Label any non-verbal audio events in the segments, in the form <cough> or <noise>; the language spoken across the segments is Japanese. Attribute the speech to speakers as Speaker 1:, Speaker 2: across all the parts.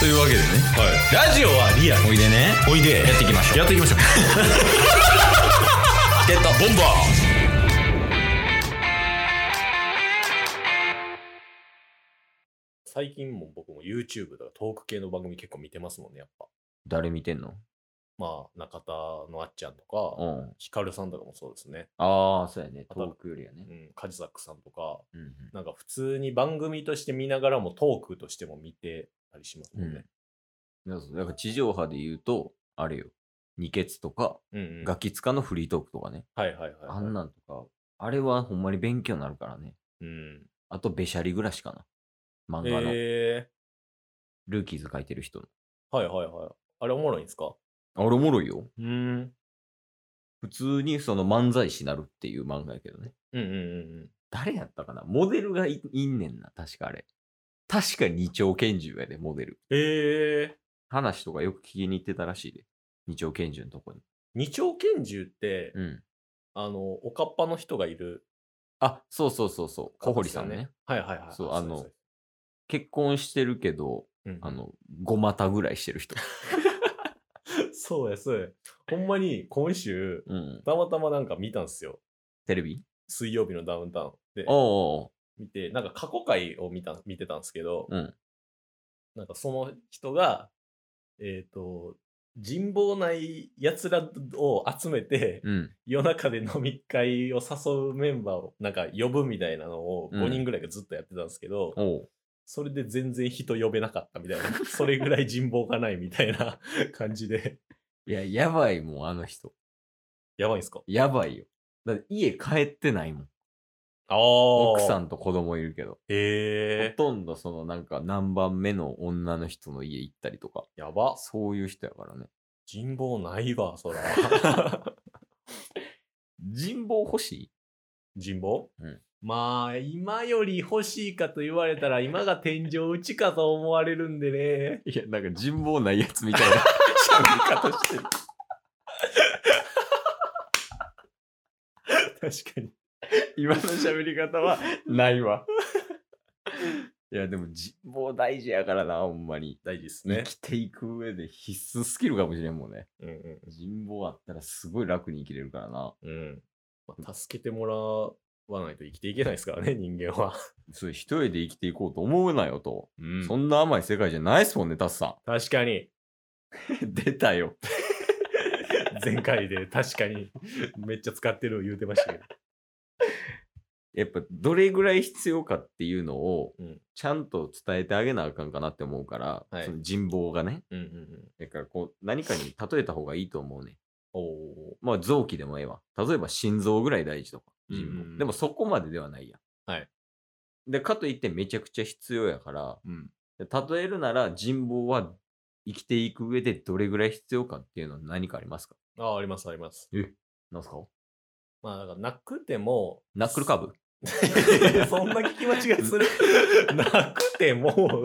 Speaker 1: というわけでね
Speaker 2: はい。ラジオはリアル。
Speaker 1: おいでね
Speaker 2: おいで。
Speaker 1: やっていきましょう
Speaker 2: やっていきましょう。
Speaker 1: <laughs> ゲットボンバ
Speaker 2: 最近も僕も YouTube とかトーク系の番組結構見てますもんね、やっぱ。
Speaker 1: 誰見てんの
Speaker 2: まあ、中田のあっちゃんとか、
Speaker 1: ん
Speaker 2: ヒカルさんとかもそうですね。
Speaker 1: ああそうやね遠くよりやね
Speaker 2: うん、カジサックさんとか、
Speaker 1: うんうん
Speaker 2: なんか普通に番組として見ながらもトークとしても見てたりしますもんね。
Speaker 1: だからだから地上波で言うとあれよ二ケツとか
Speaker 2: うん、うん。
Speaker 1: ガキツカのフリートークとかね
Speaker 2: はいはいはい、はい。
Speaker 1: あんなんとかあれはほんまに勉強になるからね
Speaker 2: うん。
Speaker 1: あとべしゃりぐらしかな漫画の
Speaker 2: え
Speaker 1: ルーキーズ書いてる人の
Speaker 2: ー、はいはいはい。あれおもろいんですか
Speaker 1: あれおもろいよ
Speaker 2: うん。うん
Speaker 1: 普通にその漫才師なるっていう漫画やけどね
Speaker 2: うんうんうん。
Speaker 1: 誰やったかなモデルがいいんねんな、確かあれ。確か二丁拳銃やで、モデル。
Speaker 2: えー、
Speaker 1: 話とかよく聞きに行ってたらしいで。二丁拳銃のとこに。
Speaker 2: 二丁拳銃って、
Speaker 1: うん。
Speaker 2: あの、おかっぱの人がいる。
Speaker 1: あ、そうそうそうそう。小堀さんね。。
Speaker 2: はいはいはい。
Speaker 1: そうあの
Speaker 2: ですです
Speaker 1: 結婚してるけど、
Speaker 2: うん
Speaker 1: あの、5股ぐらいしてる人。
Speaker 2: <laughs> そうや、そうや。ほんまに今週、
Speaker 1: うん。
Speaker 2: たまたまなんか見たんですよ。
Speaker 1: テレビ
Speaker 2: 水曜日のダウンタウンで
Speaker 1: おうお
Speaker 2: 見て、なんか過去回を見た見てたんですけど、
Speaker 1: うん
Speaker 2: なんかその人が、えっ、と、人望ない奴らを集めて、
Speaker 1: ううん。
Speaker 2: 夜中で飲み会を誘うメンバーをなんか呼ぶみたいなのを
Speaker 1: うん
Speaker 2: 5人ぐらいがずっとやってたんですけど、
Speaker 1: おう
Speaker 2: それで全然人呼べなかったみた
Speaker 1: <laughs>
Speaker 2: いな、それぐらい人望がないみたいな感じで、
Speaker 1: いや、やばいもん、あの人。
Speaker 2: やばいんすか
Speaker 1: やばいよ。だって家帰ってないもん。
Speaker 2: ああ。
Speaker 1: 奥さ
Speaker 2: ん。
Speaker 1: んと子供いるけど。
Speaker 2: へ
Speaker 1: ほ
Speaker 2: え
Speaker 1: とんどそのなんか何番目の女の人の家行ったりとか。
Speaker 2: やば。
Speaker 1: そういう人やからね。
Speaker 2: 人望ないわ、そ <laughs> ら。
Speaker 1: 人望欲しい
Speaker 2: 人望、
Speaker 1: うん
Speaker 2: まあ、今より欲しいかと言われたら、今が天井打ちかと思われるんでね。
Speaker 1: いや、 <laughs> なんか人望ないやつみたい
Speaker 2: <laughs>
Speaker 1: な喋り方してる。
Speaker 2: 確かに。
Speaker 1: 今の喋り方はない
Speaker 2: <laughs>
Speaker 1: わ。いや、でも人望大事やからな、ほんまに。
Speaker 2: 大事です
Speaker 1: 生
Speaker 2: ね。
Speaker 1: きていく上で必須スキルかもしれんもんね。
Speaker 2: うん
Speaker 1: 人望あったらすごい楽に生きれるからな。
Speaker 2: うんうん。まあ、助けてもらわないと生きていけないですからね、人間は。
Speaker 1: そう一人で生きていこうと思うなよと。
Speaker 2: うん
Speaker 1: そんな甘い世界じゃないっすもんね、タス
Speaker 2: <laughs>
Speaker 1: さ
Speaker 2: 確かに。
Speaker 1: ん。出たよ。
Speaker 2: 前回で確かにめっちゃ使ってる言うてましたけど。
Speaker 1: やっぱどれぐらい必要かっていうのを
Speaker 2: うん
Speaker 1: ちゃんと伝えてあげなあかんかなって思うから、
Speaker 2: はい
Speaker 1: その人望がね
Speaker 2: うんうんうん。
Speaker 1: だからこう何かに例えた方がいいと思うね
Speaker 2: おお。
Speaker 1: まあ臓器でもええわ例えば心臓ぐらい大事とか人望、
Speaker 2: うん
Speaker 1: でもそこまでではないやん
Speaker 2: はい
Speaker 1: でかといってめちゃくちゃ必要やから
Speaker 2: うん。
Speaker 1: で例えるなら人望は生きていく上でどれぐらい必要かっていうのは何かありますか
Speaker 2: ああ、ありますあります。
Speaker 1: なんすか
Speaker 2: まあ、だからなくても、
Speaker 1: ナックルカ
Speaker 2: <laughs>
Speaker 1: ブ
Speaker 2: そんな聞き間違いする。 <laughs> なくても、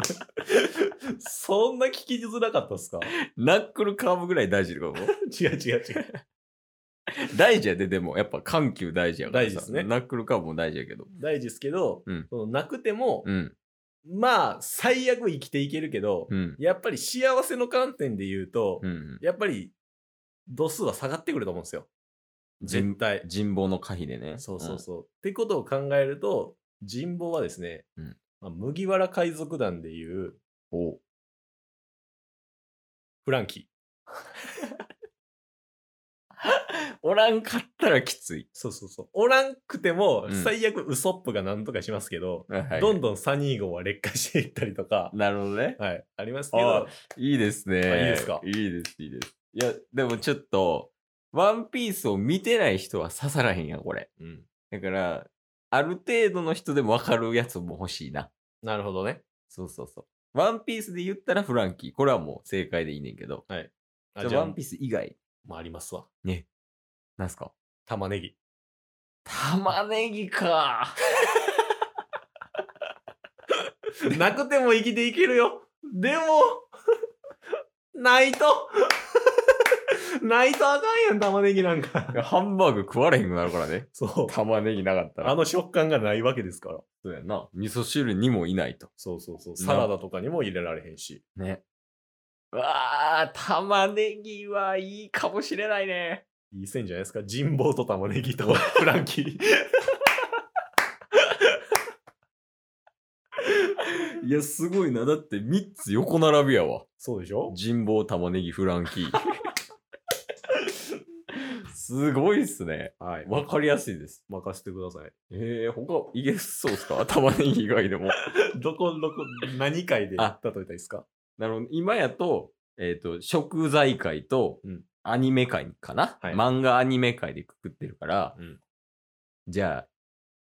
Speaker 2: そんな聞きづらかったっすか
Speaker 1: ナックルカブぐらい大事ってこと
Speaker 2: 違う違う違
Speaker 1: <laughs>
Speaker 2: う。
Speaker 1: 大事やで、でも、やっぱ緩急大事やからさ。
Speaker 2: 大事ですね
Speaker 1: ナックルカーブも大事やけど。
Speaker 2: 大事ですけど、
Speaker 1: うん
Speaker 2: そのなくても、
Speaker 1: うん。
Speaker 2: まあ、最悪生きていけるけど、
Speaker 1: うん。
Speaker 2: やっぱり幸せの観点で言うと、
Speaker 1: うん。
Speaker 2: やっぱり度数は下がってくると思うんですよ。絶
Speaker 1: 人
Speaker 2: 対。
Speaker 1: 人望の可否でね。
Speaker 2: そうそうそう。ってことを考えると、人望はですね、
Speaker 1: うん
Speaker 2: まあ、麦わら海賊団でいう
Speaker 1: うん。お
Speaker 2: フランキー。
Speaker 1: おらんかったらきつい。
Speaker 2: そうそうそう。おらんくても
Speaker 1: う、ん
Speaker 2: 最悪ウソップがなんとかしますけど、
Speaker 1: はいはい
Speaker 2: どんどんサニー号は劣化していったりとか、
Speaker 1: なるほどね。
Speaker 2: はい、ありますけ
Speaker 1: あ
Speaker 2: ど、
Speaker 1: いいですね。いい
Speaker 2: あいいですか
Speaker 1: いいです、いいです。いや、でもちょっと、ワンピースを見てない人は刺さらへんやん、これ。
Speaker 2: うん、
Speaker 1: だから、ある程度の人でもわかるやつも欲しいな。
Speaker 2: なるほどね。
Speaker 1: そうそうそう。ワンピースで言ったらフランキー。これはもう正解でいいねんけど。
Speaker 2: あ
Speaker 1: じ
Speaker 2: じ
Speaker 1: ゃ
Speaker 2: ゃ
Speaker 1: あ
Speaker 2: あ
Speaker 1: ワンピース以外、
Speaker 2: まあ、ありますわ。
Speaker 1: なんすか
Speaker 2: 玉ねぎ。
Speaker 1: 玉ねぎか。
Speaker 2: <laughs> なくても生きていけるよ。でも、 <laughs> ないと、 <laughs> ないとあかんやん、玉ねぎなんか。 <laughs>
Speaker 1: ハンバーグ食われへんくなるからね。
Speaker 2: そう。
Speaker 1: 玉ねぎなかったら。
Speaker 2: あの食感がないわけですから。
Speaker 1: そうやな。味噌汁にもいないと。
Speaker 2: そうそうそう。
Speaker 1: な
Speaker 2: サラダとかにも入れられへんし。
Speaker 1: ね。わあ、玉ねぎはいいかもしれないね。
Speaker 2: いい線じゃないですか。人望と玉ねぎとフランキー。
Speaker 1: いや、すごいな。だって3つ横並びやわ。
Speaker 2: そうでしょ
Speaker 1: 人望、玉ねぎ、フランキー。 <laughs> すごいっすね。
Speaker 2: はい。
Speaker 1: わかりやすいです。
Speaker 2: 任せてくだ <laughs> さい。
Speaker 1: えー、他いけそうっすか玉ねぎ以外でも。
Speaker 2: どこ、どこ、何回で例え
Speaker 1: あ
Speaker 2: たらいいですか
Speaker 1: なるほど。今やと、えっ、と、食材界と
Speaker 2: うん
Speaker 1: アニメ界かな、
Speaker 2: はい
Speaker 1: 漫画アニメ界でくくってるから、
Speaker 2: うん
Speaker 1: じゃあ、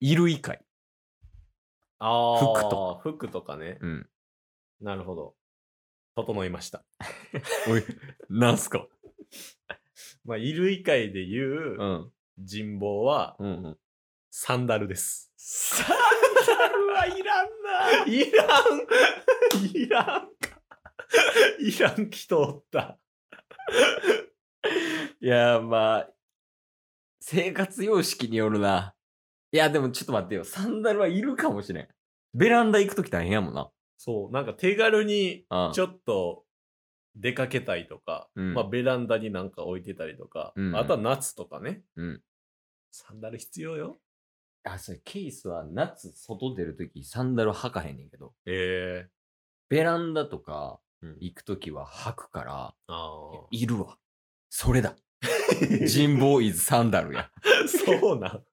Speaker 1: 衣類界。
Speaker 2: あ
Speaker 1: ー
Speaker 2: 服とか。服とかね。
Speaker 1: うん。
Speaker 2: なるほど。整いました。
Speaker 1: おい、なんすか
Speaker 2: まあ、衣類界で言う
Speaker 1: う、ん。
Speaker 2: 人望は、
Speaker 1: うんうん。
Speaker 2: サンダルです。
Speaker 1: サンダルはいらんな
Speaker 2: いらんいらんか。いらん人おった。
Speaker 1: いやー、まあ、生活様式によるな。いや、でもちょっと待ってよ。サンダルはいるかもしれん。ベランダ行くとき大変やもんな。
Speaker 2: そう、なんか手軽に、
Speaker 1: うん。
Speaker 2: ちょっと、出かけたりとか、
Speaker 1: うん
Speaker 2: まあ、ベランダになんか置いてたりとか、
Speaker 1: うん
Speaker 2: あとは夏とかね。
Speaker 1: うん
Speaker 2: サンダル必要よ。
Speaker 1: あ、それ、ケースは夏外出るときサンダル履かへんねんけど、
Speaker 2: ええ
Speaker 1: ベランダとか
Speaker 2: うん
Speaker 1: 行くときは履くから、
Speaker 2: ああ。
Speaker 1: いるわ。そ <laughs> れだ。人望イズサンダル <laughs> や。
Speaker 2: そうなん。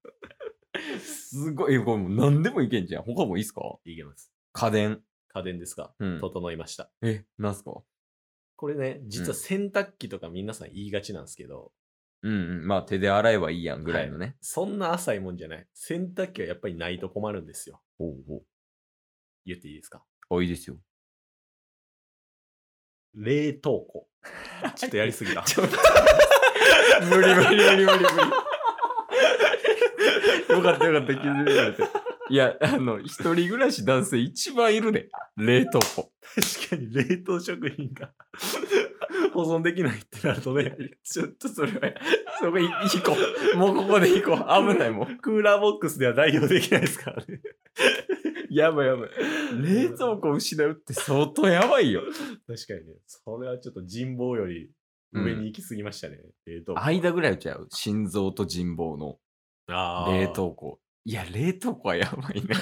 Speaker 1: すごい、えこれもう何でもいけんじゃん。他もいいっすか
Speaker 2: いけます。
Speaker 1: 家電。
Speaker 2: 家電ですか、
Speaker 1: うん。
Speaker 2: 整いました。
Speaker 1: え、なんすか
Speaker 2: これね、実は洗濯機とか皆さん言いがちなんですけど、
Speaker 1: うんうん。まあ、手で洗えばいいやんぐらいのね。
Speaker 2: そんな浅いもんじゃない。洗濯機はやっぱりないと困るんですよ。
Speaker 1: ほうほう。
Speaker 2: 言っていいですか
Speaker 1: 多いですよ。
Speaker 2: 冷凍 <laughs> 庫。ちょっとやりすぎた。
Speaker 1: ちょっと。無理無理無理 <laughs> 無理無理。よかったよかった、気づいてくれて。いや、あの、一人暮らし男性一番いるで。冷凍庫。
Speaker 2: 確かに冷凍食品が保存できないってなるとね、
Speaker 1: ちょっとそれは、そこい行こ <laughs> う。もうここで行こう。危ないもん。
Speaker 2: クーラーボックスでは代用できないですからね。
Speaker 1: やばいやばい。冷凍庫失うって相当やばいよ。
Speaker 2: 確かにね、それはちょっと人望より上に行き過ぎましたね。冷凍庫。
Speaker 1: 間ぐらいちゃう。心臓と人望の
Speaker 2: あー
Speaker 1: 冷凍庫。いや、冷凍庫はやばいね。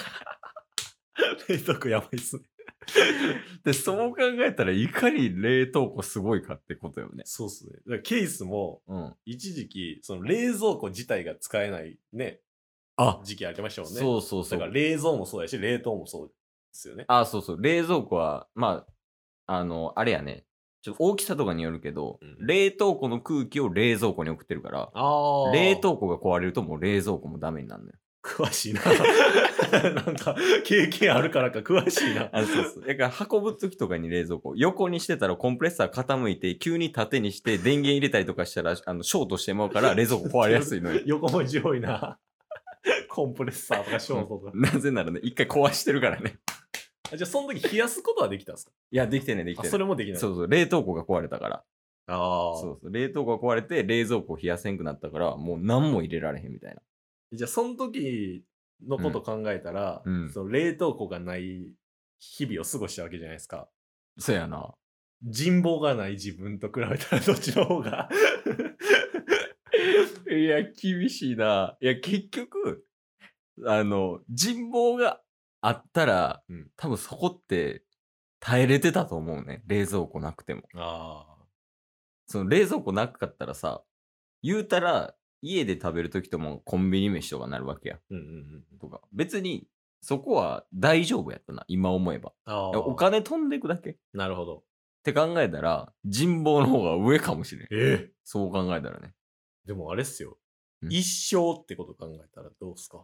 Speaker 2: <laughs> 冷凍庫やばいっすね。
Speaker 1: で、そう考えたら、いかに冷凍庫すごいかってことよね。
Speaker 2: そうっすね。だからケースも、
Speaker 1: うん。
Speaker 2: 一時期、その冷蔵庫自体が使えないね、
Speaker 1: あ、
Speaker 2: 時期ありましたもんね。
Speaker 1: そうそうそ
Speaker 2: だ
Speaker 1: う
Speaker 2: から。冷蔵もそうやし、冷凍もそうですよね。
Speaker 1: あ、そうそう。冷蔵庫は、まあ、あの、あれやね。ちょっと大きさとかによるけど、
Speaker 2: うん
Speaker 1: 冷凍庫の空気を冷蔵庫に送ってるから、
Speaker 2: あ
Speaker 1: 冷凍庫が壊れるともう冷蔵庫もダメになるのよ。
Speaker 2: 詳し
Speaker 1: <laughs>
Speaker 2: いな。なんか、経験あるからか詳しいな。。
Speaker 1: あそうそう。 <laughs> だから運ぶ時とかに冷蔵庫、横にしてたらコンプレッサー傾いて、急に縦にして電源入れたりとかしたら、あの、ショートしてまうから冷蔵庫壊れやすいのよ <laughs>
Speaker 2: 横文字多いな。コンプレッサーとかショートとか。
Speaker 1: なぜならね、一回壊してるからね。
Speaker 2: あじゃあ、その時冷やすことはできたんですか
Speaker 1: いや、できてない、でき
Speaker 2: あ
Speaker 1: て
Speaker 2: そ
Speaker 1: ない。
Speaker 2: れもできない。
Speaker 1: そうそう、冷凍庫が壊れたから。
Speaker 2: ああ。
Speaker 1: そうそう、冷凍庫が壊れて、冷蔵庫冷やせんくなったから、もう何も入れられへんみたいな。
Speaker 2: じゃあ、その時のこと考えたら、
Speaker 1: うんうん
Speaker 2: その冷凍庫がない日々を過ごしたわけじゃないですか。
Speaker 1: そやな。
Speaker 2: 人望がない自分と比べたらどっちの方が <laughs>
Speaker 1: いや、厳しいな。いや、結局、あの、人望があったら、
Speaker 2: うん
Speaker 1: 多分そこって耐えれてたと思うね。冷蔵庫なくても。
Speaker 2: あ
Speaker 1: その冷蔵庫なかったらさ、言うたら、家で食べるときともコンビニ飯とかなるわけや。
Speaker 2: ー、うんうんうん、
Speaker 1: とか。別に、そこは大丈夫やったな。今思えば。
Speaker 2: あー
Speaker 1: お金飛んでいくだけ。っ
Speaker 2: なるほど
Speaker 1: て考えたら、人望の方が上かもしれん。
Speaker 2: え
Speaker 1: そう考えたらね。
Speaker 2: でもあれっすよ
Speaker 1: うん
Speaker 2: 一生ってこと考えたらどうっすか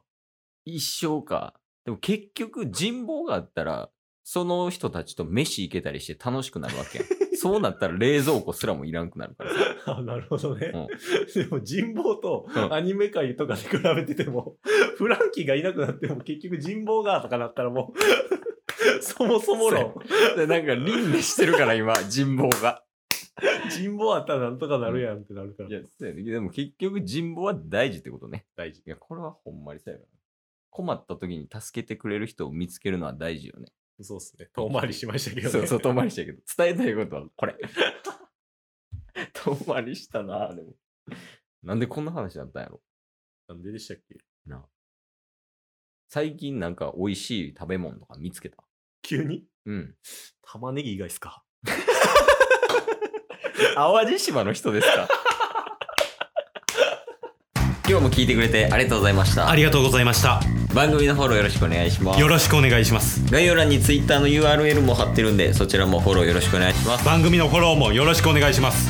Speaker 1: 一生か。でも結局人望があったら、その人たちと飯行けたりして楽しくなるわけやん。そうなったら冷蔵庫すらもいらんくなるからさ。
Speaker 2: あなるほどね、
Speaker 1: うん
Speaker 2: でも人望と
Speaker 1: うん
Speaker 2: アニメ界とかで比べてても、 <laughs> フランキーがいなくなっても結局人望がとかなったらもう <laughs> そもそも論
Speaker 1: でなんか輪廻してるから今、人望が。
Speaker 2: 人望あったらなんとかなるやんってなるから、
Speaker 1: いや、そうやね。でも結局人望は大事ってことね。
Speaker 2: 大事
Speaker 1: いや、これはほんまにそうやから。困った時に助けてくれる人を見つけるのは大事よね。
Speaker 2: そうっすね。遠回りしましたけどね。
Speaker 1: そうそう、遠回りしたけど、伝えたいことはこれ。 <laughs> 遠回りしたな、でも。なんでこんな話だったんやろ。
Speaker 2: なんででしたっけ
Speaker 1: 最近なんか美味しい食べ物とか見つけた。
Speaker 2: 急に
Speaker 1: うん。
Speaker 2: 玉ねぎ以外っすか
Speaker 1: 淡路島の人ですか <laughs> 今日も聞いてくれてありがとうございました
Speaker 3: あ。りがとうございました。
Speaker 1: 番組のフォローよろしくお願いします
Speaker 3: よ。ろしくお願いします。
Speaker 1: 概要欄に Twitter の URL も貼ってるんで、そちらもフォローよろしくお願いします。
Speaker 3: 番組のフォローもよろしくお願いします。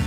Speaker 3: す